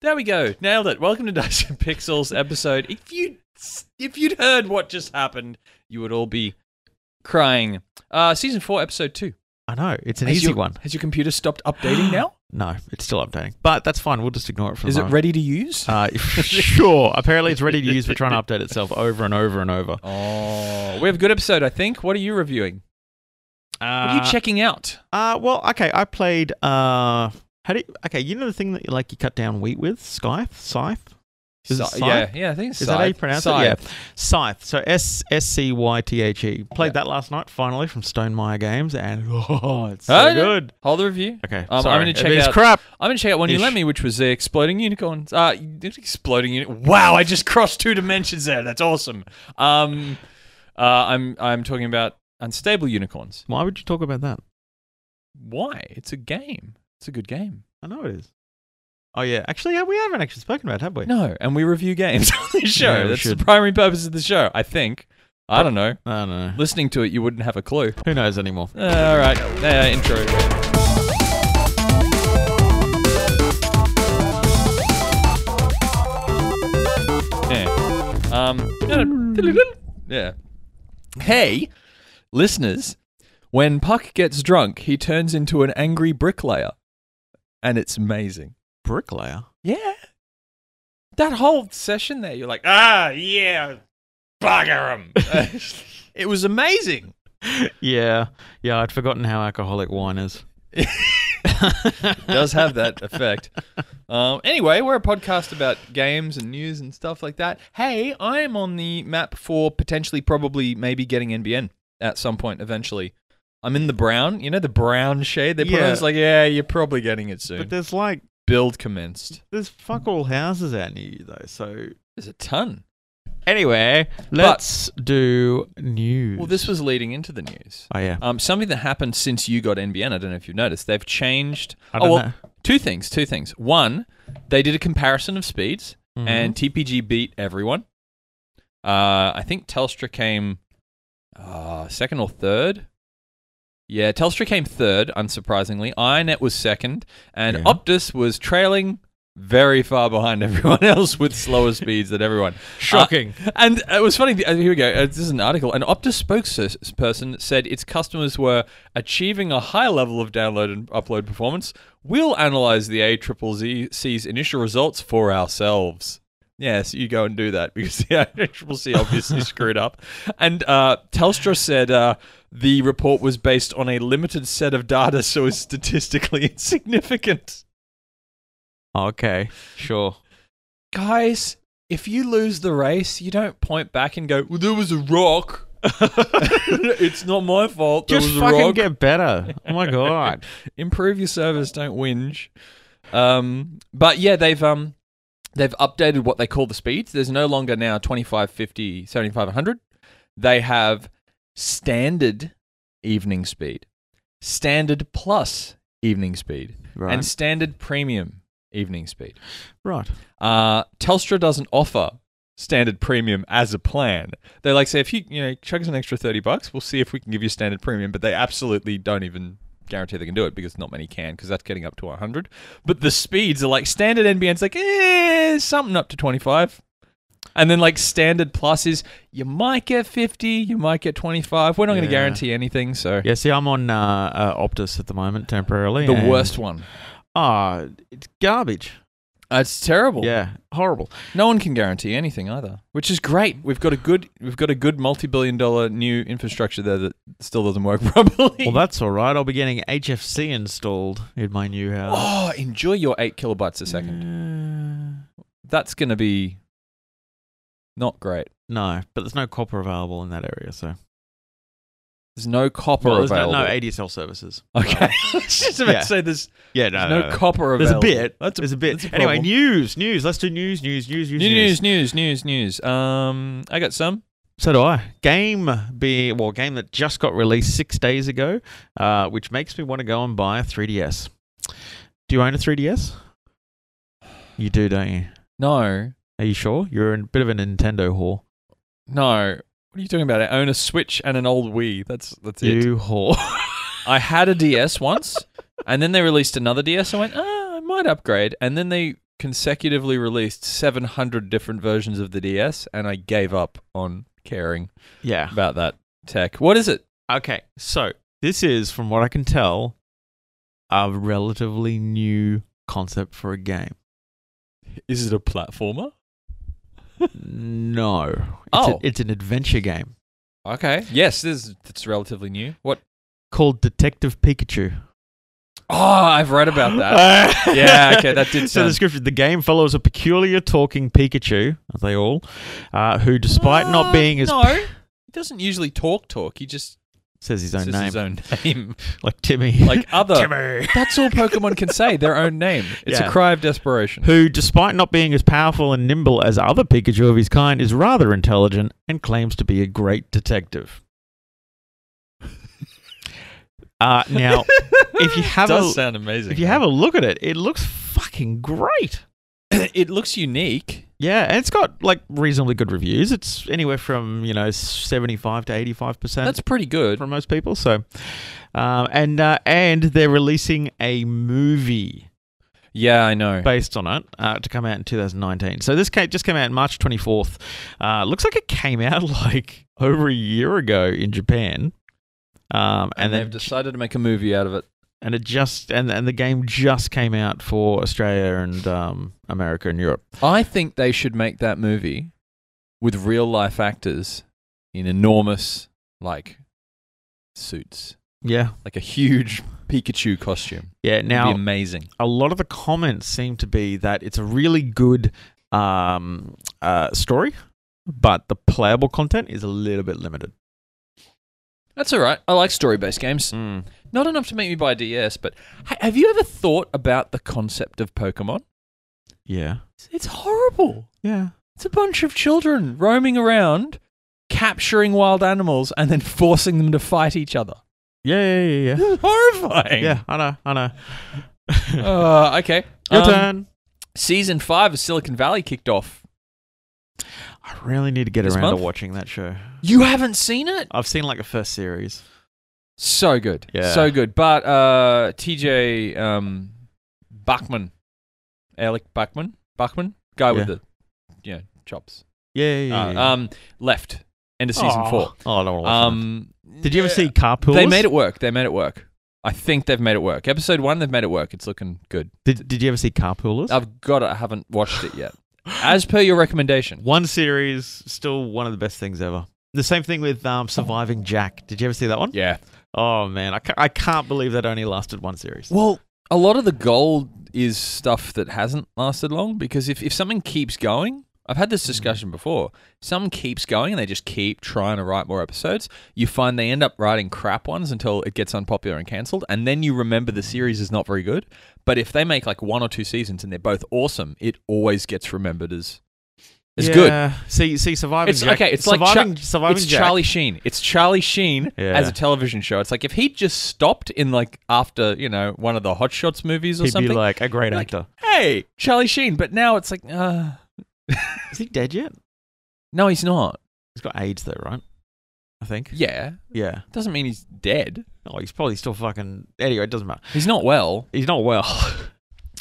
There we go. Nailed it. Welcome to Dice and Pixels episode. If you if you'd heard what just happened, you would all be crying. Uh season 4 episode 2. I know. It's an Has easy your- one. Has your computer stopped updating now? No, it's still updating. But that's fine. We'll just ignore it for Is the it moment. ready to use? Uh, sure. Apparently, it's ready to use for trying to update itself over and over and over. Oh, we have a good episode, I think. What are you reviewing? What are you checking out? Uh, well, okay. I played. Uh, how do you, okay? You know the thing that you, like you cut down wheat with scythe, scythe. Is it Scythe? Scythe? Yeah, yeah, I think it's Is that how you Scythe. pronounce Scythe. it? Yeah, scythe. So S S C Y T H E. Played Yeah. that last night finally from Stonemeyer Games, and oh, it's so Oh, yeah. good. Hold the review. Okay, Um, I'm sorry. gonna check it's out- crap. I'm going to check out one you Ish. lent me, which was the Exploding Unicorns. Uh, exploding Uni- Wow, I just crossed two dimensions there. That's awesome. Um, uh, I'm I'm talking about Unstable Unicorns. Why would you talk about that? Why? It's a game. It's a good game. I know it is. Oh yeah, actually, yeah, we haven't actually spoken about, it, have we? No, and we review games on this show. Yeah, we That's should. the primary purpose of the show, I think. I don't know. I don't know. Listening to it, you wouldn't have a clue. Who knows anymore? Uh, all right, uh, intro. Yeah. Um, yeah. Hey, listeners. When Puck gets drunk, he turns into an angry bricklayer. And it's amazing. Bricklayer. Yeah. That whole session there, you're like, ah, yeah, bugger him. it was amazing. Yeah, yeah. I'd forgotten how alcoholic wine is. does have that effect. Um, anyway, we're a podcast about games and news and stuff like that. Hey, I am on the map for potentially, probably, maybe getting NBN at some point eventually. I'm in the brown, you know, the brown shade they put on. Yeah. It's like, yeah, you're probably getting it soon. But there's like Build commenced. there's fuck all houses out near you though. So There's a ton. anyway, let's do news. Well, this was leading into the news. oh yeah. Um, something that happened since you got NBN, I don't know if you've noticed, they've changed. I don't oh, well, know. two things, two things. One, they did a comparison of speeds, Mhm. and TPG beat everyone. Uh, I think Telstra came uh, second or third. Yeah, Telstra came third, unsurprisingly. INET was second, and Yeah. Optus was trailing very far behind everyone else with slower speeds than everyone. Shocking. Uh, and it was funny. uh, Here we go. Uh, this is an article. An Optus spokesperson said its customers were achieving a high level of download and upload performance. We'll analyze the ACCC's initial results for ourselves. Yes, you go and do that because the ACCC obviously screwed up. And uh, Telstra said uh, the report was based on a limited set of data, so it's statistically insignificant. Oh, okay, sure. Guys, if you lose the race, you don't point back and go, well, there was a rock. it's not my fault. There Just was a fucking rock. get better. Oh my god. Improve your service. Don't whinge. Um, but yeah, they've um, they've updated what they call the speeds. There's no longer now 25, 50, 75, 100. They have standard evening speed, standard plus evening speed, Right. and standard premium evening speed. right. Uh, Telstra doesn't offer standard premium as a plan. They like say if you you know chug us an extra thirty bucks, we'll see if we can give you standard premium. But they absolutely don't even guarantee they can do it because not many can because that's getting up to hundred. But the speeds are like standard NBN's like eh something up to twenty five. And then, like standard plus is you might get fifty, you might get twenty-five. We're not going Yeah. to guarantee anything, so Yeah. See, I'm on uh, uh, Optus at the moment temporarily. the and- worst one. Ah, it's garbage. Uh, It's terrible. Yeah, horrible. No one can guarantee anything either, which is great. We've got a good we've got a good multi-billion dollar new infrastructure there that still doesn't work properly. Well, that's all right. I'll be getting HFC installed in my new house. oh, enjoy your 8 kilobytes a Mm. second. second. That's going to be not great. No, but there's no copper available in that area, so There's no copper Well, there's no, available. no ADSL services. okay. I was just about Yeah. to say there's, Yeah, there's no, no, no, no. copper There's a available. bit. That's a, There's a bit. that's a anyway, problem. news, news. Let's do news, news, news, news, New news, news, news, news. Um, I got some. So do I. Game be well, game that just got released six days ago, uh, which makes me want to go and buy a 3DS. Do you own a 3DS? You do, don't you? No, Are you sure? You're a bit of a Nintendo whore. no. What are you talking about? I own a Switch and an old Wii. That's that's it. You whore. I had a DS once, and then they released another DS. I went, ah, I might upgrade. And then they consecutively released 700 different versions of the DS, and I gave up on caring Yeah. about that tech. What is it? Okay, so this is, from what I can tell, a relatively new concept for a game. Is it a platformer? No. It's Oh. A, it's an adventure game Okay. Yes, this is, it's relatively new. What? called Detective Pikachu. Oh, Ah, I've read about that. Yeah, okay, that did So the sound- description: the game follows a peculiar talking Pikachu, are they all, uh, who, despite not Uh, being as no, he doesn't usually talk talk. He just says his own says name, his own name, like Timmy, like other. Timmy, That's all Pokemon can say. Their own name. It's Yeah. a cry of desperation. who, despite not being as powerful and nimble as other Pikachu of his kind, is rather intelligent and claims to be a great detective. Uh, now, if you have does a- sound amazing. if you have a look at it, it looks fucking great. it looks unique. Yeah, and it's got like reasonably good reviews. It's anywhere from you know seventy-five to eighty-five percent That's pretty good. from most people. So, um, and uh, and they're releasing a movie Yeah, I know. based on it uh, to come out in two thousand nineteen. So this ca- just came out March twenty-fourth. Uh, looks like it came out like over a year ago in Japan. Um, and and they've then decided to make a movie out of it. and it just and and the game just came out for Australia and um, America and Europe. I think they should make that movie with real life actors in enormous like suits, Yeah, like a huge Pikachu costume. yeah. Now, Now It'd be amazing. a lot of the comments seem to be that it's a really good um, uh, story, but the playable content is a little bit limited. That's all right. I like story based Mm. games. Not enough to make me buy DS, but ha- have you ever thought about the concept of Pokemon? Yeah. It's horrible. Yeah. It's a bunch of children roaming around, capturing wild animals, and then forcing them to fight each other. Yeah, yeah, yeah, yeah. This is horrifying. Yeah, I know, I know. Uh, okay. Your Um, turn. Season five of Silicon Valley kicked off. I really need to get this around month? to watching that show. You haven't seen it? I've seen like the first series. So good. Yeah. So good. But uh, TJ um, Bachman, Alec Bachman, Bachman, guy with Yeah. the you know, chops, Yeah, yeah, yeah. uh, yeah. um, left. End of season Aw. four. Oh, I don't want to watch um, Um, Did you ever yeah. see Carpool? They made it work. They made it work. I think they've made it work. Episode one, they've made it work. It's looking good. Did, did you ever see Carpoolers? I've got it. I haven't watched it yet. As per your recommendation. one series, still one of the best things ever. The same thing with um, Surviving Jack. Did you ever see that one? Yeah. Oh man, I can't, I can't believe that only lasted one series. Well, a lot of the gold is stuff that hasn't lasted long because if, if something keeps going, I've had Mm. this discussion before. Something keeps going and they just keep trying to write more episodes. You find they end up writing crap ones until it gets unpopular and cancelled. And then you remember the series is not very good. But if they make like one or two seasons and they're both awesome, it always gets remembered as, as good. good. See, see, surviving. It's Jack, okay. It's like surviving, Cha- surviving it's Jack. Charlie Sheen. It's Charlie Sheen Yeah. as a television show. It's like if he just stopped in like after you know one of the Hot Shots movies or He'd something. be like a great Like- actor. hey, Charlie Sheen. But now it's like, uh, Is he dead yet? no, he's not. He's got AIDS though, right? I think. Yeah, Yeah. doesn't mean he's dead. Oh, he's probably still fucking. Anyway, it doesn't matter. He's not well. He's not well.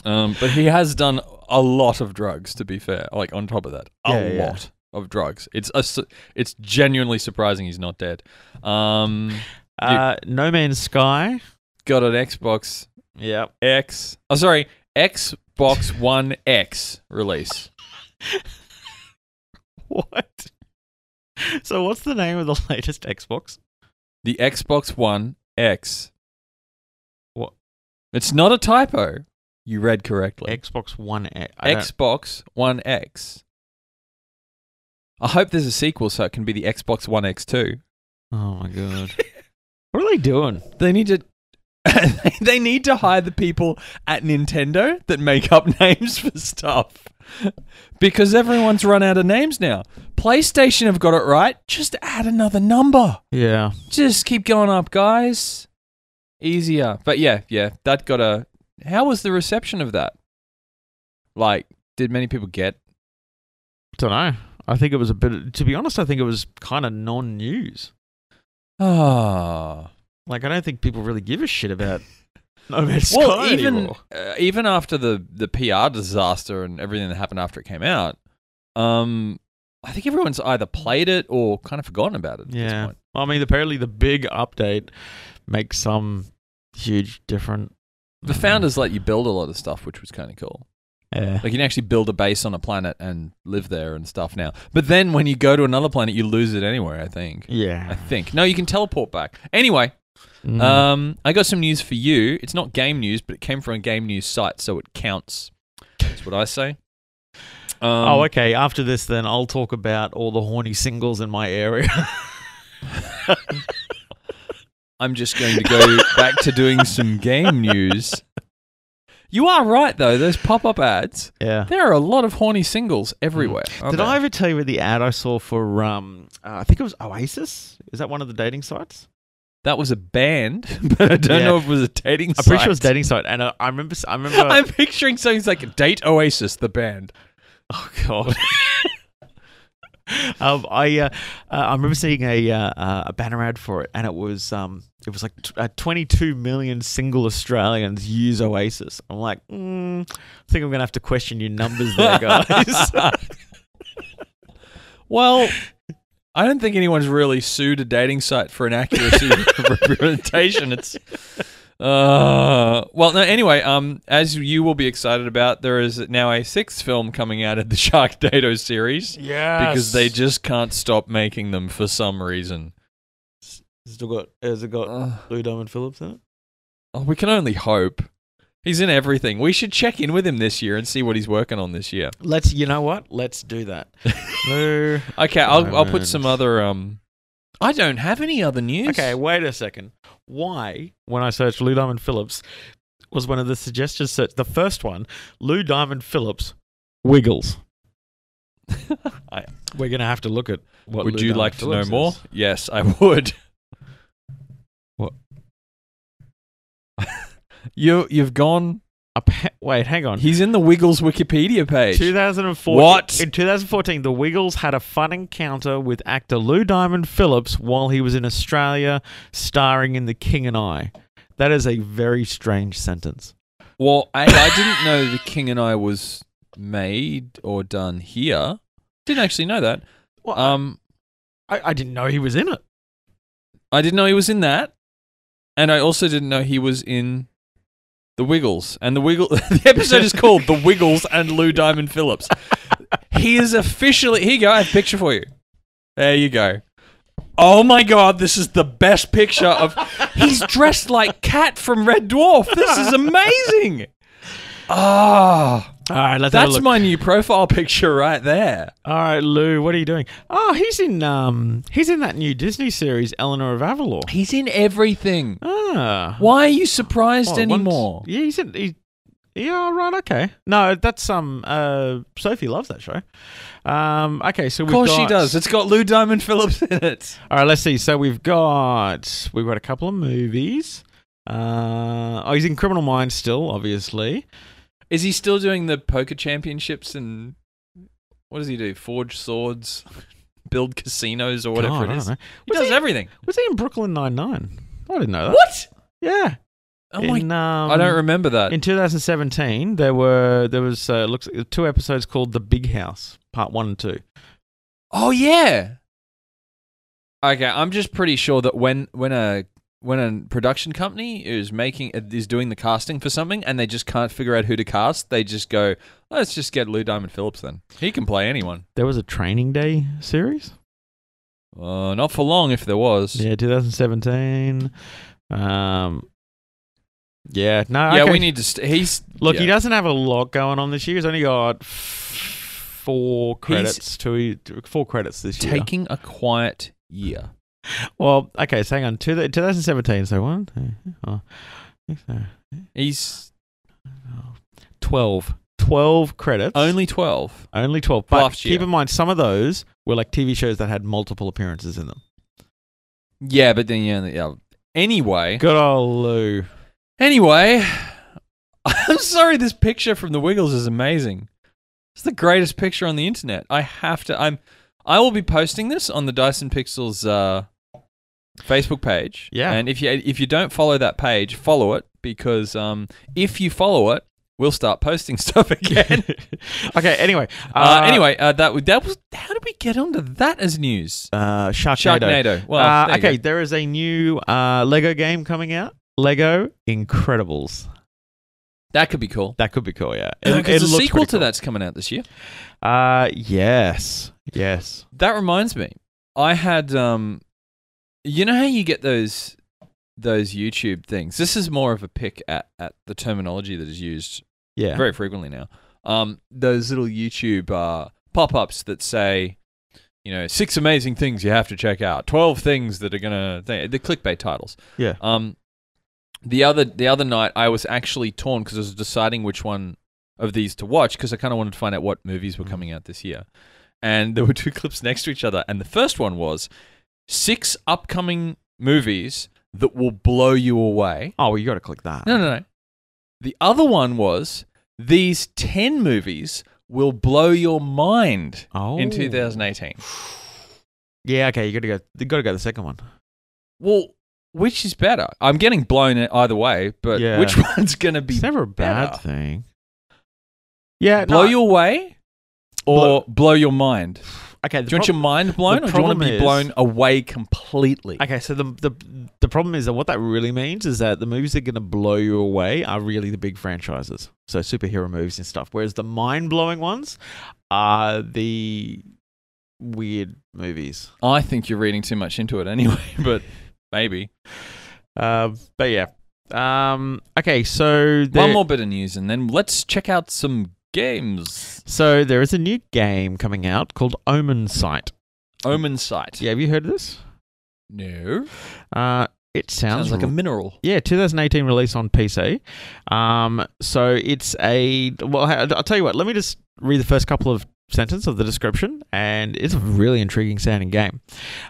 Um, but he has done a lot of drugs. To be fair, like on top of that, a Yeah, yeah. lot of drugs. It's a, su- it's genuinely surprising he's not dead. Um, uh, no Man's Sky. got an Xbox Yeah. X. Oh, sorry, Xbox One X release. What? So what's the name of the latest Xbox? The Xbox One X. What? It's not a typo. You read correctly. Xbox One X. I don't- Xbox One X. I hope there's a sequel so it can be the Xbox One X2. Oh my god. what are they doing? They need to. they need to hire the people at Nintendo that make up names for stuff. Because everyone's run out of names now. PlayStation have got it right. Just add another number. Yeah. just keep going up, guys. Easier. But yeah, yeah, that got a. How was the reception of that? Like, did many people get? Don't know. I think it was a bit. To be honest, I think it was kind of non-news. Ah, Like, I don't think people really give a shit about No Man's Sky well, even anymore. uh, even after the the PR disaster and everything that happened after it came out, um, I think everyone's either played it or kind of forgotten about it. At Yeah. this point. I mean, apparently the big update makes some huge different. The Mm-hmm. founders let you build a lot of stuff, which was kind of cool. Yeah. Like you can actually build a base on a planet and live there and stuff now. But then when you go to another planet, you lose it anyway. I think. I Yeah. think no, you can teleport back. Anyway, Mm. um, I got some news for you. It's not game news, but it came from a game news site, so it counts. That's what I say. Um, oh, okay. After this, then I'll talk about all the horny singles in my area. I'm just going to go back to doing some game news. You are right, though. Those pop up ads. yeah. There are a lot of horny singles everywhere. aren't Did I there? ever tell you about the ad I saw for? Um, uh, I think it was Oasis. Is that one of the dating sites? That was a band, but I don't Yeah. know if it was a dating I'm pretty sure it was site. dating site, and uh, I remember. I remember. I'm picturing something like Date Oasis, the band. Oh god. um, I uh, uh, I remember seeing a uh, uh, a banner ad for it, and it was um it was like t- uh, 22 million single Australians use Oasis. I'm like, mm, I think I'm gonna have to question your numbers there, guys. Well, I don't think anyone's really sued a dating site for inaccuracy of representation. It's uh, well, no. Anyway, um, as you will be excited about, there is now a sixth film coming out of the Sharknado series yeah, because they just can't stop making them for some reason. still got has it got Uh, Lou Diamond Phillips in it? oh, we can only hope. He's in everything. We should check in with him this year and see what he's working on this year. Let's you know what? Let's do that. Lou. Okay, I'll, I'll put Diamond. some other. Um, I don't have any other news. Okay, wait a second. Why, when I searched Lou Diamond Phillips, was one of the suggested search the first one, Lou Diamond Phillips Wiggles. I- We're gonna have to look at what. would Lou you Diamond like to know Phillips more? is. Yes, I would. What? you you've gone. Appa- wait, hang on. He's in the Wiggles Wikipedia page. 2014. What? In 2014, the Wiggles had a fun encounter with actor Lou Diamond Phillips while he was in Australia, starring in The King and I. That is a very strange sentence. Well, I, I didn't know the King and I was made or done here. Didn't actually know that. Well, Um, I, I didn't know he was in it. I didn't know he was in that, and I also didn't know he was in the Wiggles. And the Wiggle the episode is called "The Wiggles and Lou Diamond Phillips." He is officially here. You go, I have a picture for you. There you go. Oh my god, this is the best picture of. He's dressed like Cat from Red Dwarf. This is amazing. Ah, All right, let's have a that's look. my new profile picture right there. All right, Lou, what are you doing? Oh, he's in um he's in that new Disney series Eleanor of Avalor. He's in everything. Ah. Why are you surprised Oh, one- anymore? yeah, he's in he, Yeah, all right, okay. No, that's um uh Sophie loves that show. Um okay, so Of we've course got she does. It's got Lou Diamond Phillips in it. All right, let's see. So we've got we've got a couple of movies. Uh oh, he's in Criminal Minds still, obviously. Is he still doing the poker championships and what does he do? Forge swords, build casinos, or whatever God, I it don't is. know. He Was does he- everything. Was he in Brooklyn Nine Nine? I didn't know that. What? Yeah. Oh my! In, um, I don't remember that. In 2017, there were there was uh, looks two episodes called The Big House, Part One and Two. oh yeah. Okay, I'm just pretty sure that when when a when a production company is making is doing the casting for something and they just can't figure out who to cast, they just go, let's just get Lou Diamond Phillips then. He can play anyone. There was a Training Day series. Uh, not for long, if there was. Yeah, 2017. Um, yeah, no. Yeah, okay. we need to. St- he's Look, he yeah. doesn't have a lot going on this year. He's only got f- four credits. To four credits this year. taking a quiet year. Well, okay. So hang on. Two, 2017. So one, two, oh, I think so, He's oh, twelve. Twelve credits. only twelve. Only 12. But Last keep year. in mind, some of those were like TV shows that had multiple appearances in them. Yeah, but then yeah, yeah. Anyway, Good old Lou. anyway, I'm sorry. This picture from the Wiggles is amazing. It's the greatest picture on the internet. I have to. I'm. I will be posting this on the Dyson Pixels uh, Facebook page. Yeah. and if you if you don't follow that page, follow it because um, if you follow it, we'll start posting stuff Uh, again. okay. Anyway. uh, anyway, uh, that w- that was how did we get onto that as news? Uh, Sharknado. Sharknado. Well, Uh, there you okay, go. there is a new uh, Lego game coming out. Lego Incredibles. that could be cool. That could be cool. Yeah. Because the looks sequel pretty to that's coming out this year. cool. Uh, yes. Yes. That reminds me, I had um, you know how you get those those YouTube things. This is more of a pick at at the terminology that is used Yeah. very frequently now. Um, those little YouTube uh, pop-ups that say, you know, six amazing things you have to check out, twelve things that are gonna th- the clickbait titles. Yeah. Um, the other the other night I was actually torn because I was deciding which one of these to watch because I kind of wanted to find out what movies Mm-hmm. were coming out this year, and there were two clips next to each other, and the first one was six upcoming movies that will blow you away. Oh, well, you got to click that. No, no, no. The other one was these 10 movies will blow your mind Oh. in 2018. Yeah. Okay. You got to go. You got to go the second one. Well, which is better? I'm getting blown e-, either way, but Yeah. which one's going to be It's never a bad better. thing. Yeah. blow no, your way or blow, your mind? Okay. The Do you want prob- your mind blown the or do you want problem to be is- blown away completely? Okay, so the, the the problem is that what that really means is that the movies that are going to blow you away are really the big franchises, so superhero movies and stuff. Whereas the mind blowing ones are the weird movies. I think you're reading too much into it anyway, but maybe. Um, but yeah. Um, okay, so there, One more bit of news and then let's check out some games. So there is a new game coming out called Omen Sight. Omen Sight. Yeah, have you heard of this? No. Uh, it sounds, Sounds like a mineral. Yeah, 2018 release on PC. Um, so it's a well. I- I'll tell you what. Let me just read the first couple of sentences of the description, and it's a really intriguing sounding game.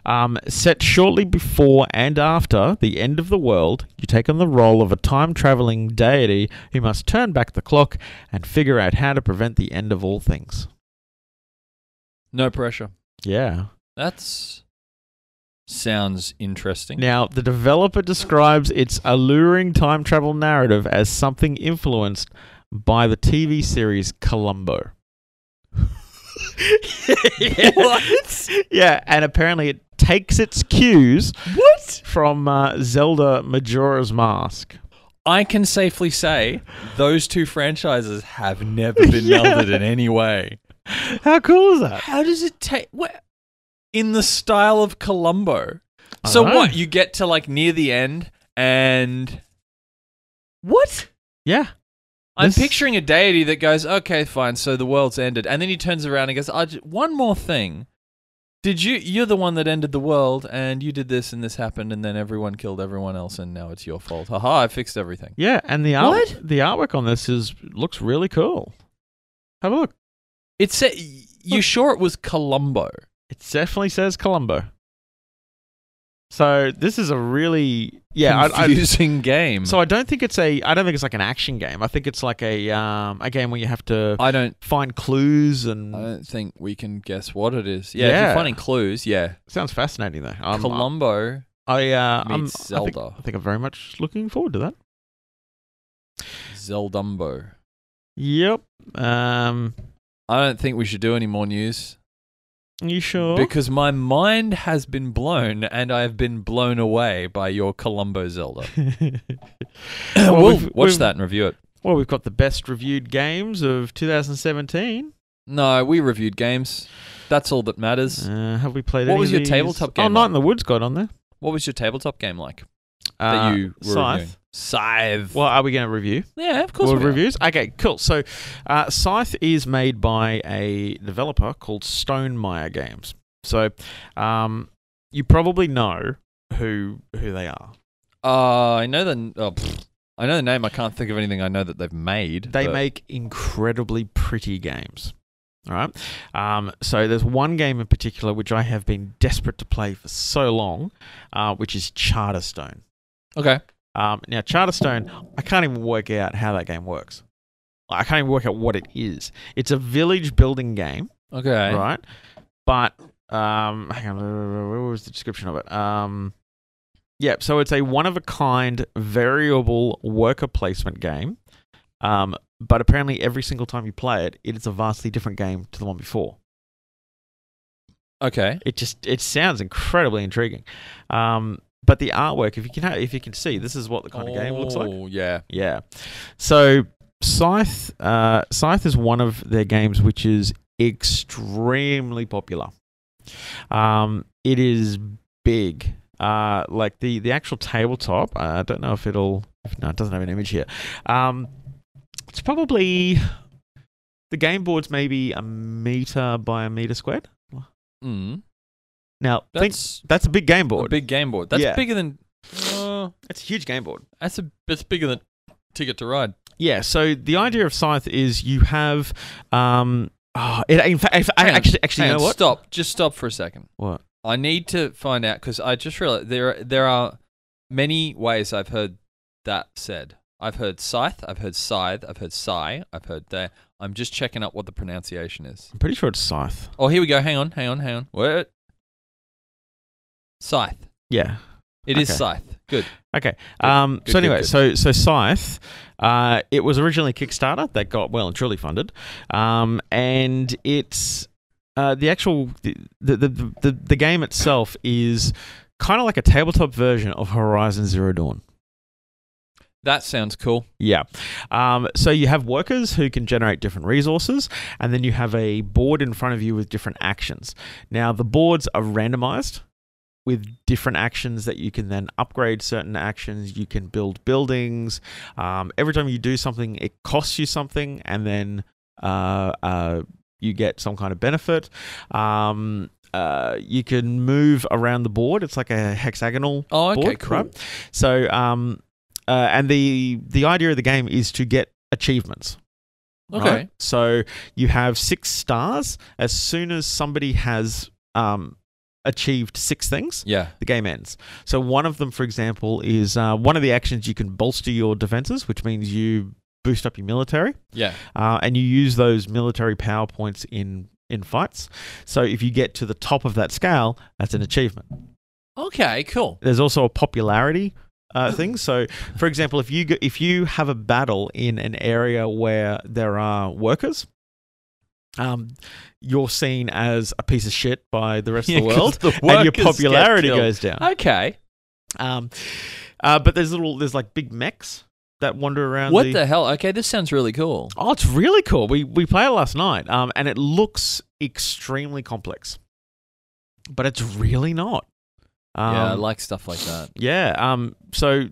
Um, set shortly before and after the end of the world, you take on the role of a time traveling deity who must turn back the clock and figure out how to prevent the end of all things. No pressure. Yeah. That's sounds interesting. Now, the developer describes its alluring time travel narrative as something influenced by the TV series Columbo. What? Yeah, and apparently it takes its cues What? from uh, Zelda Majora's Mask. I can safely say those two franchises have never been Yeah. Uh, melded in any way. How cool is that? How does it take? What in the style of Columbo? I So dunno. what? You get to like near the end, and what? Yeah. I'm This- picturing a deity that goes, "Okay, fine, so the world's ended," and then he turns around and goes, I j- "One more thing. Did you? You're the one that ended the world, and you did this, and this happened, and then everyone killed everyone else, and now it's your fault. Haha, I fixed everything." Yeah, and the art What? the artwork on this is looks really cool. Have a look. It said, "You sure it was Columbo?" It definitely says Columbo. So this is a really yeah. I, I, confusing game. so I don't think it's a. I don't think it's like an action game. I think it's like a um, a game where you have to I don't. find clues and I don't think we can guess what it is. Yeah, Um, if Yeah. you're finding clues, yeah. sounds fascinating though. I'm, Columbo I uh, I'm, meets I think- Zelda. I think I'm very much looking forward to that. Zeldumbo. Yep. Um, I don't think we should do any more news. you sure? Because my mind has been blown and I've been blown away by your Columbo Zelda. Well, we'll we've- watch we've- that and review it. well, we've got the best reviewed games of 2017. No, we reviewed games. That's all that matters. Uh, have we played? What any was of your these? tabletop Oh, game Night like? in the Woods got on there. What was your tabletop game like Uh, that you were Scythe. reviewing? Scythe. Well, are we going to review? yeah, of course. Well, we are. reviews. Okay, cool. So, uh, Scythe is made by a developer called Stonemeyer Games. So, um, you probably know who who they are. Uh, I know the. Oh, pfft. I know the name. I can't think of anything I know that they've made. They but- make incredibly pretty games. All right. Um, so there's one game in particular which I have been desperate to play for so long, uh, which is Charterstone. Okay. Um, now, Charterstone, I can't even work out how that game works. I can't even work out what it is. It's a village building game. Okay. right? But um, hang on, where was the description of it? Um, Yep. So it's a one of a kind variable worker placement game. Um, but apparently, every single time you play it, it is a vastly different game to the one before. Okay. It just it sounds incredibly intriguing. Um, but the artwork, if you can ha- if you can see, this is what the kind of game looks like. Oh, Yeah. Yeah. So Scythe, uh, Scythe is one of their games which is extremely popular. Um, it is big. Uh, like the the actual tabletop. uh, I don't know if it'll. If, no, it doesn't have an image here. Um, it's probably the game board's maybe a meter by a meter squared. Mm. Now, think, That's that's a big game a board. big game board. That's Yeah. bigger than. Uh, that's a huge game board. that's a. That's bigger than Ticket to Ride. Yeah. So the idea of Scythe is you have. Um, oh, it, in fact, I, I Hang on, actually, actually, Hang you know on, what? Stop. Just stop for a second. What? I need to find out because I just realized there there are many ways I've heard that said. I've heard scythe, I've heard scythe, I've heard sigh, I've heard there. I'm just checking up what the pronunciation is. I'm pretty sure it's Scythe. Oh, here we go. Hang on, hang on, hang on. What? Scythe. Yeah. It is Okay. scythe. Good. Okay. Um, good, so anyway, good. so so Scythe, uh, it was originally Kickstarter that got well and truly funded, um, and it's uh, the actual the the, the the the game itself is kind of like a tabletop version of Horizon Zero Dawn. That sounds cool. Yeah. Um, so you have workers who can generate different resources, and then you have a board in front of you with different actions. Now, the boards are randomized with different actions that you can then upgrade certain actions. You can build buildings. Um, every time you do something, it costs you something, and then uh, uh, you get some kind of benefit. Um, uh, you can move around the board. It's like a hexagonal Oh, okay, board, cool. right? So, um, uh, and the the idea of the game is to get achievements. Okay. right? So you have six stars. As soon as somebody has um, achieved six things, Yeah. the game ends. So one of them, for example, is uh, one of the actions you can bolster your defenses, which means you boost up your military, Yeah. uh, and you use those military power points in in fights. So if you get to the top of that scale, that's an achievement. Okay, cool. There's also a popularity Mm. uh, thing. So, for example, if you go, if you have a battle in an area where there are workers, um, you're seen as a piece of shit by the rest of the world, and your popularity goes down. Okay. Um, uh, but there's little there's like big mechs that wander around. What the hell? Okay, this sounds really cool. Oh, it's really cool. We we played it last night, um, and it looks extremely complex, but it's really not. Um, yeah, I like stuff like that. Yeah. Um. So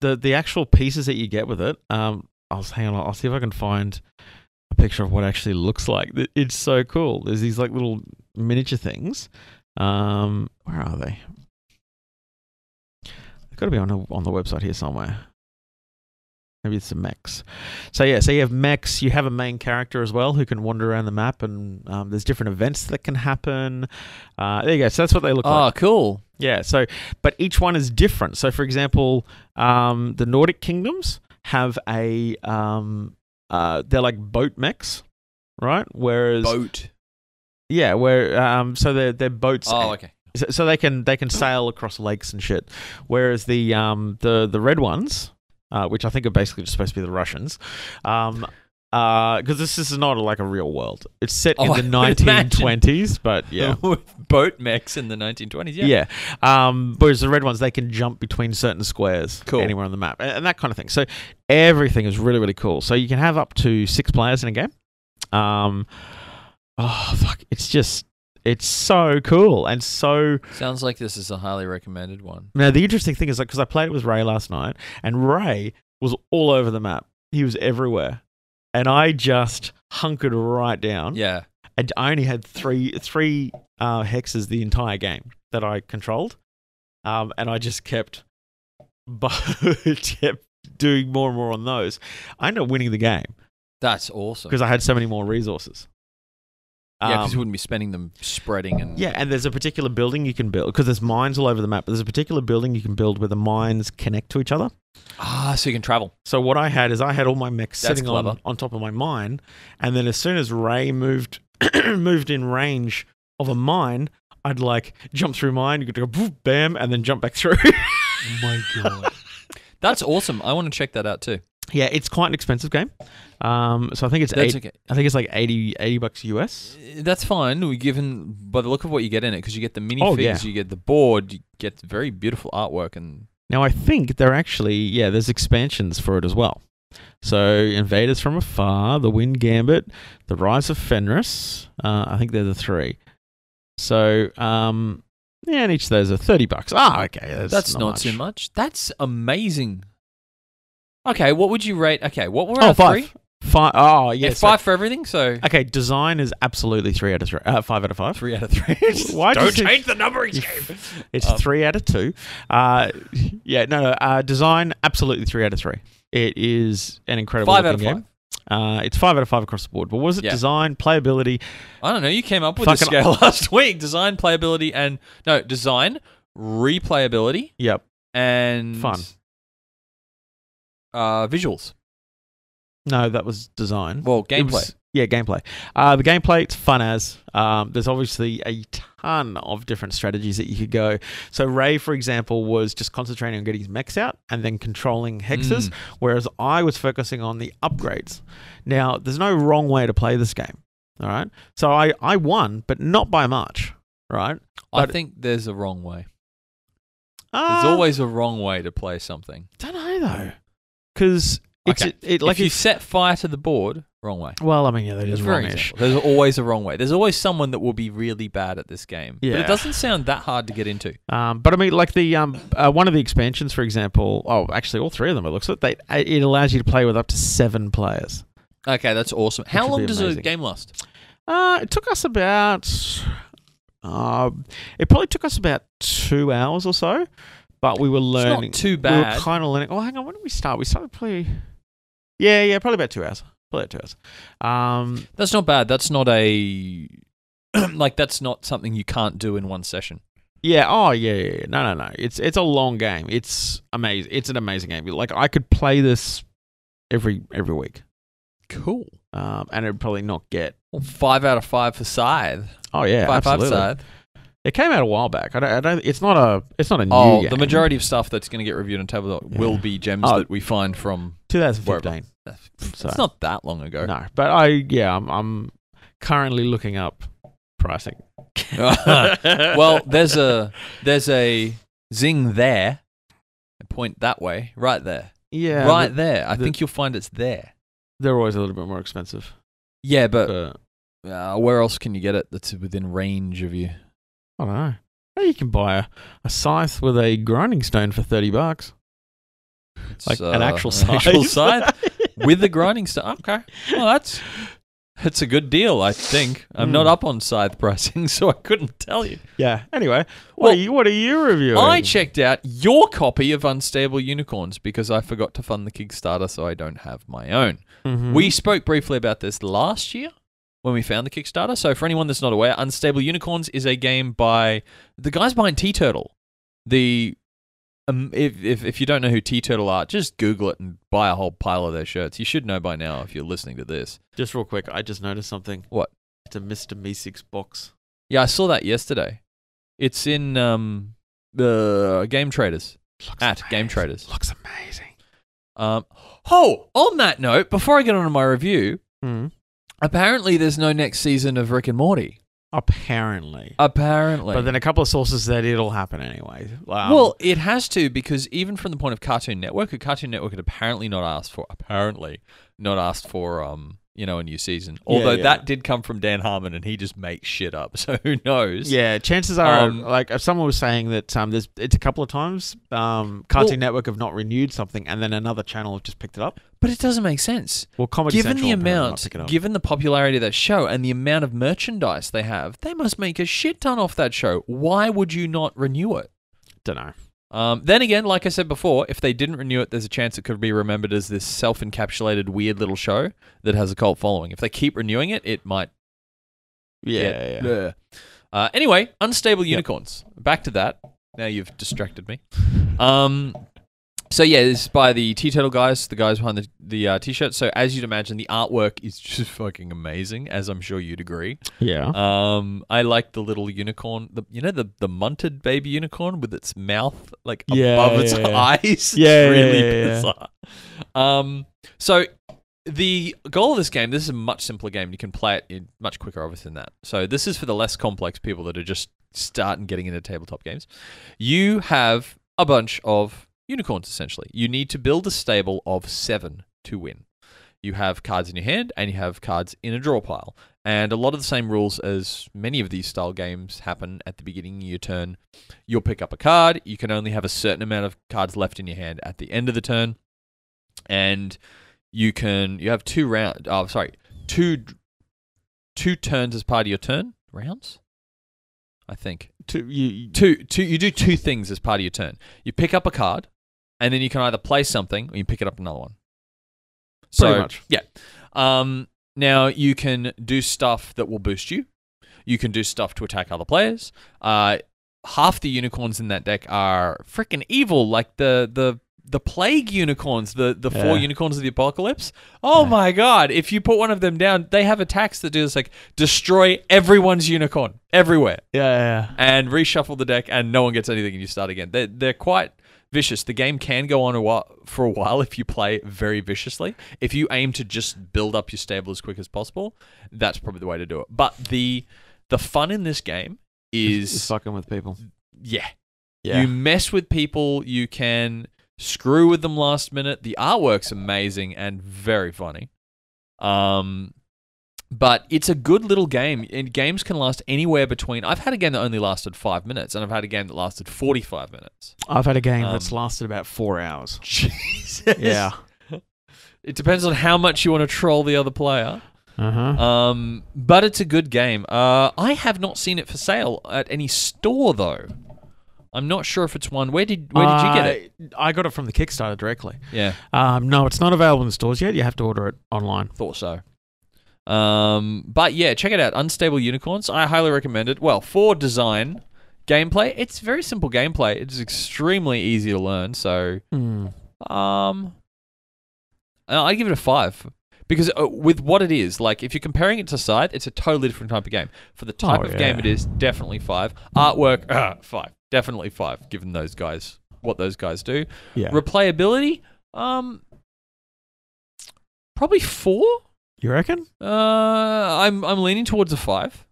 the the actual pieces that you get with it. Um. I'll hang on. I'll see if I can find a picture of what it actually looks like. Th- It's so cool. There's these like little miniature things. Um. Where are they? They've got to be on a, on the website here somewhere. Maybe it's the mechs. So yeah, so you have mechs. You have a main character as well who can wander around the map, and um, there's different events that can happen. Uh, there you go. So that's what they look like. Oh, cool. Yeah. So, but each one is different. So, for example, um, the Nordic kingdoms have a um, uh, they're like boat mechs, right? Whereas Boat. yeah, where um, so they're they're boats. Oh, okay. so, so they can they can sail across lakes and shit. Whereas the um, the the red ones, uh, which I think are basically just supposed to be the Russians, um. Because this is not like a real world. It's set Oh, I in would the 1920s, but yeah, With boat mechs in the 1920s. Yeah. yeah. Um, whereas the red ones, they can jump between certain squares Cool. anywhere on the map and, and that kind of thing. So everything is really, really cool. So you can have up to six players in a game. Um, oh, fuck. It's just, it's so cool. And so, Sounds like this is a highly recommended one. now the interesting thing is, like, because I played it with Ray last night, and Ray was all over the map, he was everywhere. And I just hunkered right down. Yeah. And I only had three three uh, hexes the entire game that I controlled, um, and I just kept, bu- kept doing more and more on those. I ended up winning the game That's awesome. because I had so many more resources. yeah, because Um, you wouldn't be spending them spreading and. yeah, and there's a particular building you can build because there's mines all over the map. But there's a particular building you can build where the mines connect to each other. Ah, so you can travel. So what I had is I had all my mechs That's sitting clever. on, on top of my mine, and then as soon as Ray moved moved in range of a mine, I'd like jump through mine, go bam, and then jump back through. my god. That's awesome. I want to check that out too. yeah, it's quite an expensive game. Um, so I think it's That's eight, okay. I think it's like 80, 80 bucks US. That's fine. We given by the look of what you get in it because you get the minifigs, Oh, yeah. you get the board, you get very beautiful artwork, and Now I think they're actually yeah, there's expansions for it as well. So Invaders from Afar, The Wind Gambit, The Rise of Fenris. Uh, I think they're the three. So um, yeah, and each of those are thirty bucks. Ah, okay, that's, that's not, too much. That's amazing. Okay, what would you rate? Okay, what were Oh, our five. three? Five. Oh, yeah. It's so- five for everything, so Okay, design is absolutely three out of three. Uh, five out of five. three out of three. Why Don't does it- change the numbering You- scheme. It's Um, three out of two. Uh, yeah, no, no. Uh, design absolutely three out of three. It is an incredible Five out of looking five. game. Uh, it's five out of five across the board. But was it Yeah. design, playability? I don't know. You came up with this Fucking- scale last week. Design, playability, and no design, replayability, Yep. and Fun. Uh, visuals. No, that was design. Well, It gameplay. was- yeah, gameplay. Uh, the gameplay, it's fun as. Um, there's obviously a ton of different strategies that you could go. So Ray, for example, was just concentrating on getting his mechs out and then controlling hexes, Mm. whereas I was focusing on the upgrades. Now, there's no wrong way to play this game. All right. So I, I won, but not by much. Right. I but- think there's a wrong way. Uh, There's always a wrong way to play something. Don't know though, because it's Okay. it, like if you it's- set fire to the board, wrong way. well, I mean, yeah, that is For wrongish. example, There's always a wrong way. There's always someone that will be really bad at this game. But Yeah. it doesn't sound that hard to get into. Um, but I mean, like the um, uh, one of the expansions, for example. Oh, actually, all three of them. It looks like they uh, it allows you to play with up to seven players. Okay, that's awesome. How would long be does a amazing. game last? Uh, it took us about. Uh, it probably took us about two hours or so, but we were learning. It's not too We bad. were kind of learning. Oh, hang on. When did we start? We started probably. Yeah, yeah, probably about two hours. Probably about two hours. Um, That's not bad. That's not a like that's not something you can't do in one session. Yeah. Oh, yeah, yeah. yeah. No, no, no. It's it's a long game. It's amazing. It's an amazing game. Like I could play this every every week, Cool. um, and it'd probably not get. Well, five out of five for Scythe. Oh yeah, five absolutely. five Scythe. It came out a while back. I don't. I don't it's not a. It's not a new. Oh, the game. majority of stuff that's going to get reviewed on Tabletop will Yeah. be gems Oh. that we find from. 2015. So- It's not that long ago. No, but I yeah, I'm, I'm currently looking up pricing. well, there's a there's a zing there. A point that way, right there, yeah, right but there. I the- think you'll find it's there. They're always a little bit more expensive. Yeah, but But uh, where else can you get it that's within range of you? I don't know. Hey, You can buy a, a scythe with a grinding stone for thirty bucks, It's, like an uh, actual scythe. actual scythe with the grinding stuff. Okay, well that's that's a good deal, I think. I'm not Hmm. up on scythe pricing, so I couldn't tell you. Yeah. Anyway, what Well, are you? What are you reviewing? I checked out your copy of Unstable Unicorns because I forgot to fund the Kickstarter, so I don't have my own. Mhm. We spoke briefly about this last year when we found the Kickstarter. So, for anyone that's not aware, Unstable Unicorns is a game by the guys behind T Turtle. The um, if, if if you don't know who T Turtle are, just Google it and buy a whole pile of their shirts. You should know by now if you're listening to this. just real quick. I just noticed something. What? It's a Mister Meeseeks box. Yeah, I saw that yesterday. It's in um uh, Game Traders Looks at Game amazing. Traders. Looks amazing. Um, oh, on that note, before I get on to my review, Hmm. apparently there's no next season of Rick and Morty. Apparently, Apparently, but then a couple of sources said it'll happen anyway. Um, well, it has to because even from the point of Cartoon Network, a Cartoon Network had apparently not asked for apparently not asked for um you know a new season. Yeah, Although yeah. that did come from Dan Harmon and he just makes shit up, so who knows? yeah. Chances are, Um, like, if someone was saying that um, there's, it's a couple of times um, Cartoon Network have not renewed something, and then another channel have just picked it up. But it doesn't make sense. Well, Comedy Given Central the apparently might amount, pick it up. given the popularity of that show and the amount of merchandise they have, they must make a shit ton off that show. Why would you not renew it? don't know. Um, then again, like I said before, if they didn't renew it, there's a chance it could be remembered as this self encapsulated weird little show that has a cult following. If they keep renewing it, it might Yeah, get. yeah. Ugh. Uh, anyway, Unstable Yep. Unicorns. Back to that. Now you've distracted me. Um, So yeah, this is by the Tea Turtle guys, the guys behind the the uh, t-shirt. So as you'd imagine, the artwork is just fucking amazing, as I'm sure you'd agree. Yeah. Um, I like the little unicorn, the, you know the the munted baby unicorn with its mouth like Yeah, above its yeah, yeah. eyes. It's Yeah, yeah, really yeah, yeah. bizarre. Um, so the goal of this game, this is a much simpler game. You can play it in much quicker, obviously, than that. So this is for the less complex people that are just starting getting into tabletop games. You have a bunch of unicorns essentially. You need to build a stable of seven to win. You have cards in your hand and you have cards in a draw pile. And a lot of the same rules as many of these style games happen at the beginning of your turn. You'll pick up a card. You can only have a certain amount of cards left in your hand at the end of the turn. And you can you have two round oh sorry, two two turns as part of your turn. Rounds? I think To, you, two two you do two things as part of your turn. You pick up a card, and then you can either play something or you pick it up another one. So Pretty much. yeah. Um, now you can do stuff that will boost you. You can do stuff to attack other players. Uh, half the unicorns in that deck are freaking evil, like the the the plague unicorns, the the four Yeah. unicorns of the apocalypse. Oh my god! If you put one of them down, they have attacks that do this, like destroy everyone's unicorn everywhere yeah, and reshuffle the deck, and no one gets anything, and you start again. They're, they're quite vicious. The game can go on a while, for a while if you play very viciously. If you aim to just build up your stable as quick as possible, that's probably the way to do it. But the the fun in this game is fucking with people. yeah, you mess with people, you can screw with them last minute. The artwork's amazing and very funny. Um, but it's a good little game, and games can last anywhere between. I've had a game that only lasted five minutes, and I've had a game that lasted forty-five minutes. I've had a game Um, that's lasted about four hours. Jesus. Yeah. It depends on how much you want to troll the other player. Uh huh. Um, but it's a good game. Uh, I have not seen it for sale at any store though. I'm not sure if it's one. Where did Where did you get it? I got it from the Kickstarter directly. Yeah. Um, no, it's not available in stores yet. You have to order it online. Thought so. Um, but yeah, check it out. Unstable Unicorns. I highly recommend it. Well, for design, gameplay, it's very simple gameplay. It's extremely easy to learn. So, um, uh, I'd give it a five because uh, with what it is, like if you're comparing it to Scythe, it's a totally different type of game. For the type Oh, of yeah. game it is, definitely five. Artwork, uh, five. Definitely five. Given those guys, what those guys do. Yeah. Replayability, um, probably four. you reckon? Uh, I'm I'm leaning towards a five,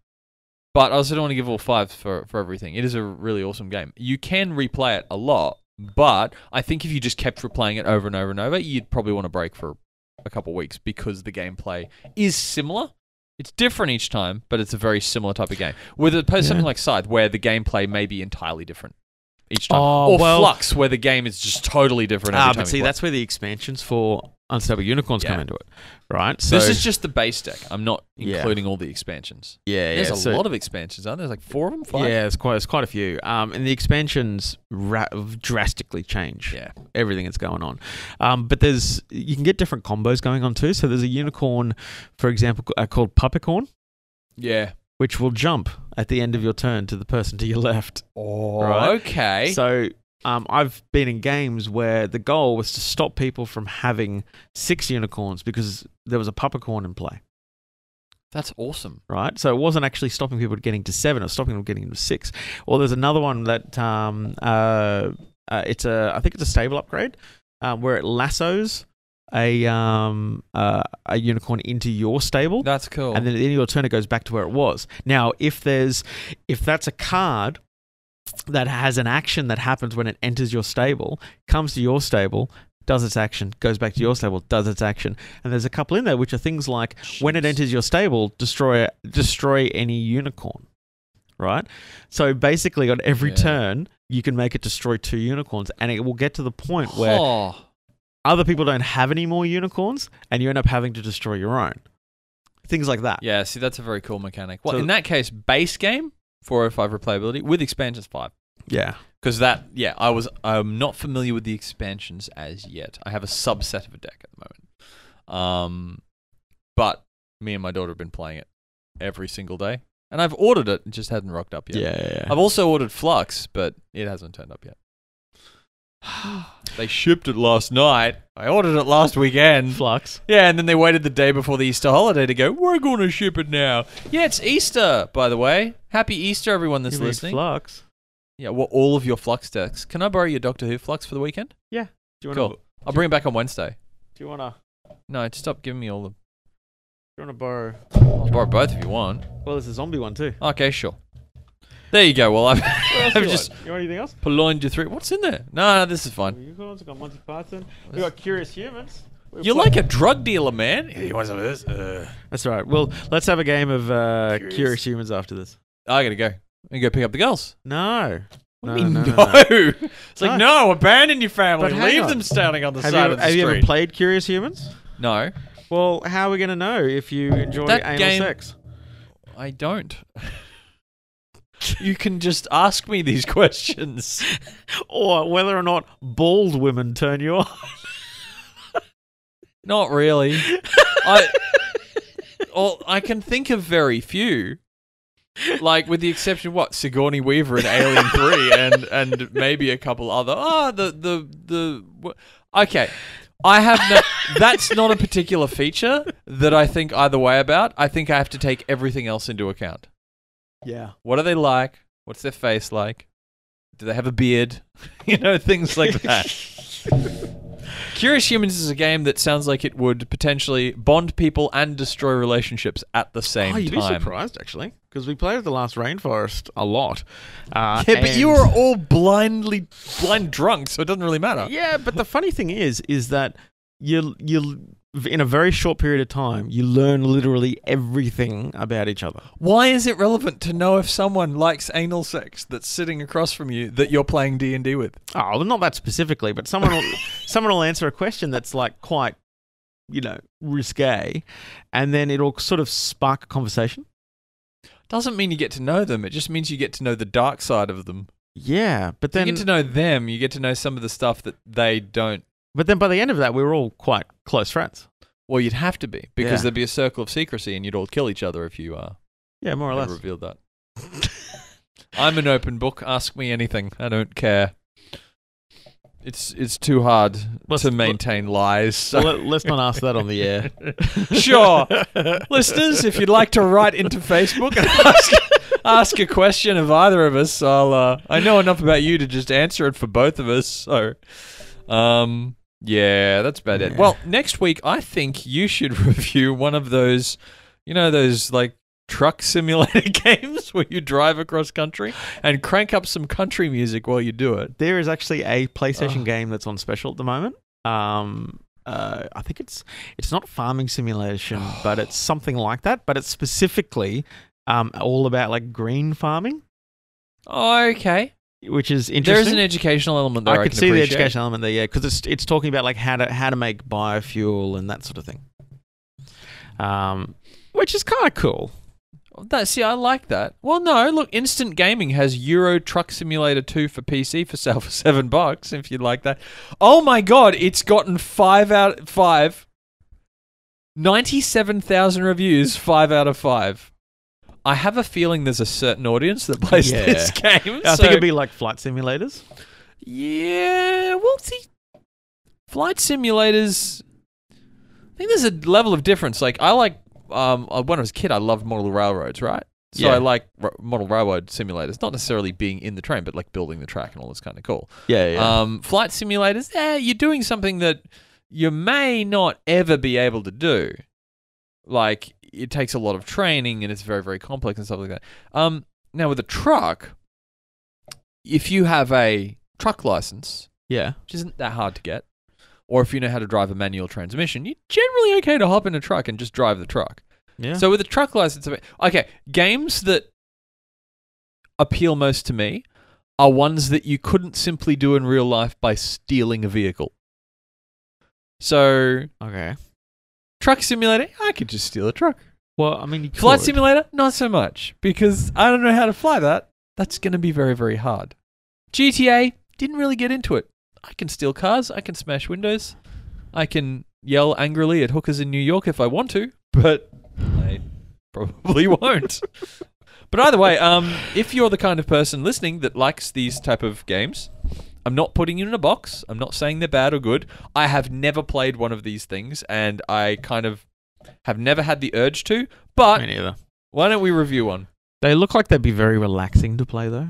but I also don't want to give all fives for for everything. It is a really awesome game. You can replay it a lot, but I think if you just kept replaying it over and over and over, you'd probably want to break for a couple weeks because the gameplay is similar. It's different each time, but it's a very similar type of game. With opposed to something Yeah. like Scythe, where the gameplay may be entirely different each time, Oh, or well- Flux, where the game is just totally different. Every Ah, time you but see, play. that's where the expansions for Unstable Unicorns Yeah. come into it, right? So this is just the base deck. I'm not Yeah. including all the expansions. yeah, yeah. There's a so- lot of expansions, aren't there? There's like four of them, five. Yeah, it's quite it's quite a few. Um, and the expansions ra- drastically change Yeah. everything that's going on. Um, but there's you can get different combos going on too. So there's a unicorn, for example, uh, called Puppicorn, Yeah. which will jump at the end of your turn to the person to your left. Oh, Right. okay. So um, I've been in games where the goal was to stop people from having six unicorns because there was a Puppicorn in play. That's awesome. right? So it wasn't actually stopping people getting to seven; it was stopping them getting to six. Or there's another one that um, uh, uh, it's a I think it's a stable upgrade um, where it lassos a um, uh, a unicorn into your stable. That's cool. And then at the end of your turn, it goes back to where it was. Now, if there's, if that's a card that has an action that happens when it enters your stable, comes to your stable, does its action, goes back to your stable, does its action, and there's a couple in there which are things like when it Jeez. enters your stable, destroy destroy any unicorn. Right? So basically on every Yeah. turn you can make it destroy two unicorns and it will get to the point where Oh, other people don't have any more unicorns and you end up having to destroy your own. Things like that. yeah. See, that's a very cool mechanic. Well, So- in that case, base game four oh five replayability with expansions five. Yeah. Because that, yeah, I was. I'm not familiar with the expansions as yet. I have a subset of a deck at the moment. Um, but me and my daughter have been playing it every single day, and I've ordered it. It just hasn't rocked up yet. Yeah. yeah, yeah. I've also ordered Flux, but it hasn't turned up yet. They shipped it last night. I ordered it last weekend. Flux. Yeah, and then they waited the day before the Easter holiday to go, we're going to ship it now. Yeah, it's Easter, by the way. Happy Easter, everyone that's You mean listening. Flux. yeah, well, all of your flux decks. Can I borrow your Doctor Who flux for the weekend? Do you want to? Cool. I'll bring it back on Wedday. Do you want to? No, just stop giving me all the. Do you want to borrow? I'll borrow both if you want. Well, there's a zombie one too. Okay, sure. There you go. Well, I've, What else do I've you just want? You want anything else? purloined you through. What's in there? No, no, this is fine. You got, we got Monty Python. We got Curious Humans. We You're play- like a drug dealer, man. You want some of this? Uh, That's all right. Well, let's have a game of uh, Curious. Humans after this. Oh, I gotta go. I'm go pick up the girls. No. What do No, you mean, no, no? no, It's like, No. no, abandon your family. But hang Leave on. them standing on the Have, you, side of the have you street. ever played Curious Humans? no, Well, how are we going to know if you enjoy That anal game- sex? I don't. you can just ask me these questions. Or whether or not bald women turn you on. Not really. I, well, I can think of very few. Like with the exception of what Sigourney Weaver in Alien Three, and and maybe a couple other. Ah, the the the. wh- Okay, I have no. That's not a particular feature that I think either way about. I think I have to take everything else into account. Yeah. What are they like? What's their face like? Do they have a beard? you know, things like that. Curious Humans is a game that sounds like it would potentially bond people and destroy relationships at the same Oh, you'd be time. surprised actually, because we played at the last rainforest a lot. Uh, yeah, but you and- are all blindly blind drunk, so it doesn't really matter. Yeah, but the funny thing is, is that you you in a very short period of time, you learn literally everything about each other. Why is it relevant to know if someone likes anal sex that's sitting across from you that you're playing D and D with? Oh, well, not that specifically, but someone will, someone will answer a question that's like quite, you know, risque, and then it'll sort of spark a conversation. Doesn't mean you get to know them. It just means you get to know the dark side of them. Yeah, but then you get to know them. You get to know some of the stuff that they don't but then by the end of that, we were all quite close friends. Well, you'd have to be because Yeah. there'd be a circle of secrecy, and you'd all kill each other if you uh, Yeah, more or ever less. revealed that. I'm an open book. Ask me anything. I don't care. It's it's too hard Let's- to maintain lies. So. Let, us not ask that on the air. sure, listeners, if you'd like to write into Facebook and ask, ask a question of either of us, I'll. Uh, I know enough about you to just answer it for both of us. So, um, yeah, that's about it. Yeah. Well, next week I think you should review one of those, you know, those like truck simulator games where you drive across country and crank up some country music while you do it. There is actually a PlayStation game that's on special at the moment. Um, uh, I think it's it's not farming simulation, but it's something like that. But it's specifically um, all about like green farming, Okay, which is there is interesting. an educational element there. I I, could can see the appreciate. education element there, yeah, because it's it's talking about like how to how to make biofuel and that sort of thing, um, which is kind of cool. Oh, That see, I like that. Well, no, look, Instant Gaming has Euro Truck Simulator 2 for PC for sale for seven bucks. If you like that, oh my god, it's gotten five out five. 97,000 reviews, 5 out of 5. I have a feeling there's a certain audience that plays Yeah. this game. so- I think it'd be like flight simulators. Yeah, well, see, flight simulators. I think there's a level of difference. Like I like um uh, when I was a kid, I loved model railroads, right? So Yeah. I like r- model railroad simulators, not necessarily being in the train, but like building the track and all that's kind of cool. Yeah, Um, flight simulators, eh, you're doing something that you may not ever be able to do. Like it takes a lot of training and it's very very complex and stuff like that. Um, now with a truck, if you have a truck license, yeah. which isn't that hard to get, or if you know how to drive a manual transmission, you're generally okay to hop in a truck and just drive the truck. Yeah. So with a truck license, okay, games that appeal most to me are ones that you couldn't simply do in real life by stealing a vehicle. So okay. truck simulator, I could just steal a truck. Well, I mean, you Flight could. simulator, not so much because I don't know how to fly that. That's going to be very very hard. GTA didn't really get into it. I can steal cars, I can smash windows, I can yell angrily at hookers in New York if I want to, but I probably won't. But either way, um, if you're the kind of person listening that likes these type of games, I'm not putting it in a box. I'm not saying they're bad or good. I have never played one of these things, and I kind of have never had the urge to. Me But neither. why don't we review one? They look like they'd be very relaxing to play, though.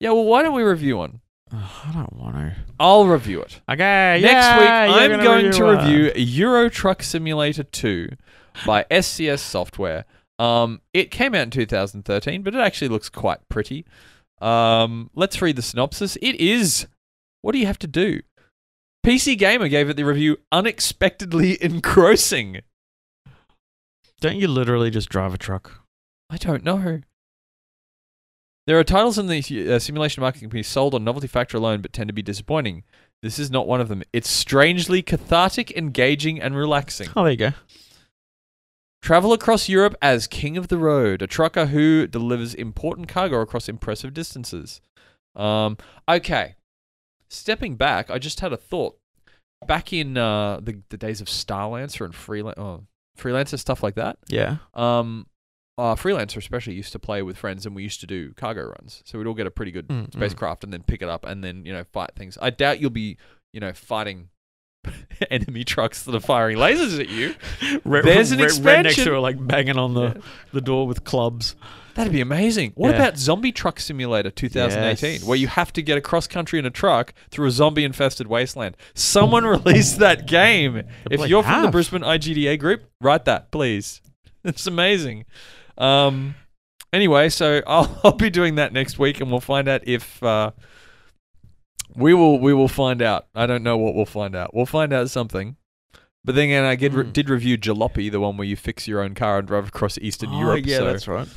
Yeah, well, why don't we review one? Ugh, I don't want to. I'll review it. Okay. Next week, yay, you're I'm gonna uh, going to one. review Euro Truck Simulator 2 by SCS Software. Um, it came out in 2013, but it actually looks quite pretty. Um, let's read the synopsis. It is. What do you have to do? PC Gamer gave it the review unexpectedly engrossing. Don't you literally just drive a truck? I don't know. There are titles in the uh, simulation market that can be sold on novelty factor alone, but tend to be disappointing. This is not one of them. It's strangely cathartic, engaging, and relaxing. Oh, there you go. Travel across Europe as King of the Road, a trucker who delivers important cargo across impressive distances. Um, okay. Stepping back, I just had a thought. Back in uh, the, the days of Starlancer and Freelan- oh, Freelancer, stuff like that, Yeah. um, uh, Freelancer especially used to play with friends and we used to do cargo runs. So we'd all get a pretty good Mm, mm. spacecraft and then pick it up and then, you know, fight things. I doubt you'll be, you know, fighting enemy trucks that are firing lasers at you. Red, There's an red, Red next expansion. to it, like banging on the, Yeah. the door with clubs. That'd be amazing. What Yeah. about Zombie Truck Simulator 2018, Yes. where you have to get across country in a truck through a zombie infested wasteland? Someone release that game. if bloody you're from the have. Brisbane IGDA group, write that, please. It's amazing. Um, anyway, so I'll, I'll be doing that next week, and we'll find out if uh, we will we will find out. I don't know what we'll find out. We'll find out something. But then again, I did, re- Mm. did review Jalopy, the one where you fix your own car and drive across Eastern Oh, Europe. Yeah, so- that's right.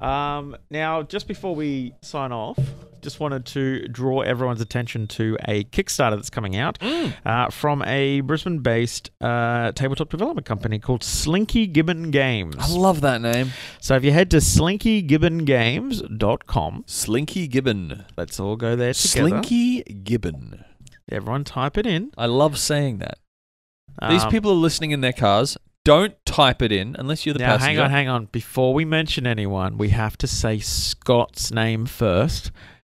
Um, now, just before we sign off, just wanted to draw everyone's attention to a Kickstarter that's coming out Mm. uh, from a Brisbane-based uh, tabletop development company called Slinky Gibbon Games. I love that name. so if you head to slinkygibbongames.com, Slinky Gibbon. let's all go there together. Slinky Gibbon. Everyone type it in. I love saying that. These Um, people are listening in their cars. Don't type it in unless you're the now, passenger. hang on, hang on. Before we mention anyone, we have to say Scott's name first.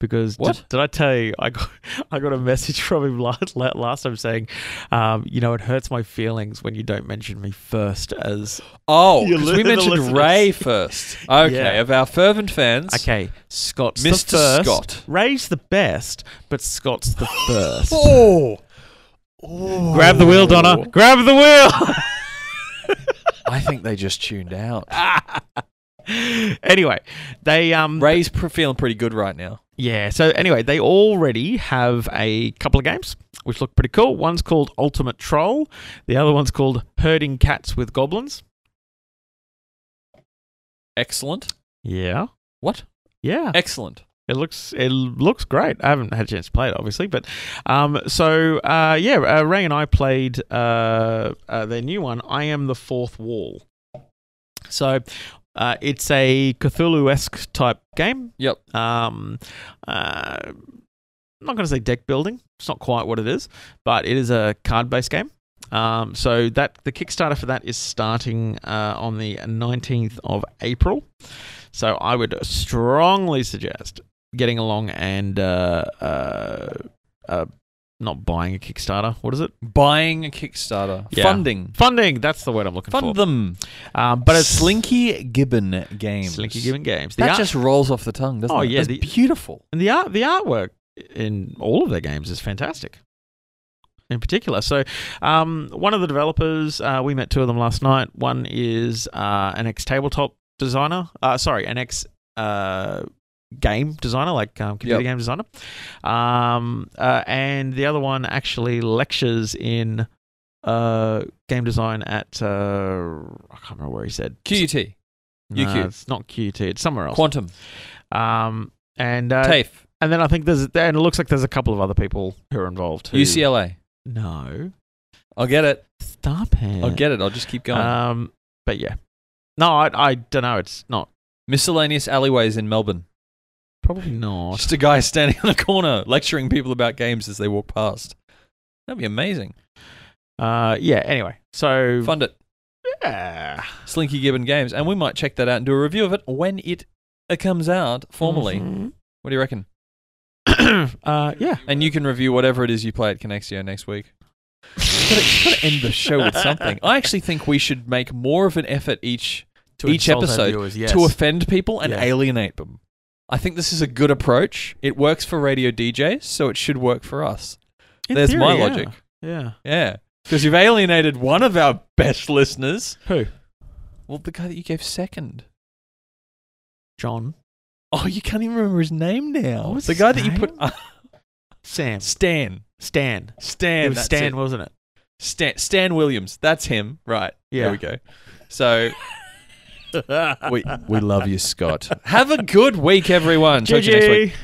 Because What? Did, did I tell you? I got I got a message from him last la- last time saying, um, you know, it hurts my feelings when you don't mention me first. As oh, You're 'cause li- we the mentioned listeners. Ray first. Okay, Yeah. of our fervent fans, okay, Scott's Mr. the first. Scott. Ray's the best, but Scott's the first. Oh. Grab the wheel, Donna. Grab the wheel. I think they just tuned out. anyway, they um Ray's pr- feeling pretty good right now. Yeah. So anyway, they already have a couple of games which look pretty cool. One's called Ultimate Troll. The other one's called Herding Cats with Goblins. Excellent. Yeah. What? Yeah. Excellent. It looks it looks great. I haven't had a chance to play it, obviously, but um, so uh, yeah, uh, Ray and I played uh, uh, their new one. I am the Fourth Wall. So. Uh, it's a Cthulhu-esque type game. Yep. Um, uh, I'm not going to say deck building. It's not quite what it is, but it is a card-based game. Um, so that the Kickstarter for that is starting uh, on the 19th of April. So I would strongly suggest getting along and uh, uh, uh, not buying a Kickstarter. What is it? Buying a Kickstarter. Yeah. Funding. Funding. That's the word I'm looking Fund for. them. Um, but it's Slinky Gibbon Games. Slinky Given Games. The That art, just rolls off the tongue, doesn't Oh, it? yeah, That's the- beautiful. and the art, the artwork in all of their games is fantastic. In particular, so um, one of the developers uh, we met two of them last night. One is uh, an ex tabletop designer. Uh, sorry, an ex uh, game designer, like um, computer Yep. game designer. Um, uh, and the other one actually lectures in uh, game design at uh, I can't remember where he said. QUT. No, UQ. it's not QT. It's somewhere else. Quantum. um, and uh, TAFE. and then I think there's and it looks like there's a couple of other people who are involved. Who, UCLA. No. I'll get it. Stop it. I'll Oh, get it. I'll just keep going. Um, but yeah. No, I, I don't know. It's not. Miscellaneous alleyways in Melbourne. Probably not. Just a guy standing on a corner lecturing people about games as they walk past. That'd be amazing. Uh, yeah. Anyway, so Fund it. yeah. Slinky Gibbon Games. And we might check that out and do a review of it when it uh, comes out formally. Mhm. What do you reckon? uh, yeah. And you can review whatever it is you play at Connexio next week. Gotta, gotta end the show with something. I actually think we should make more of an effort each To Each insult our episode viewers, yes. to offend people and Yeah. alienate them. I think this is a good approach. It works for radio DJs, so it should work for us. In There's my theory, yeah. logic. Yeah. Yeah. Because you've alienated one of our best listeners. Who? Well, the guy that you gave second. John. Oh, you can't even remember his name now. What was the his guy that you name? put. uh, Sam. Stan. Stan. Stan. it was that's Stan, it. wasn't it? Stan. Stan Williams. That's him. Right. Yeah. There we go. So. we, we love you, Scott. Have a good week, everyone. Talk to you next week. GG.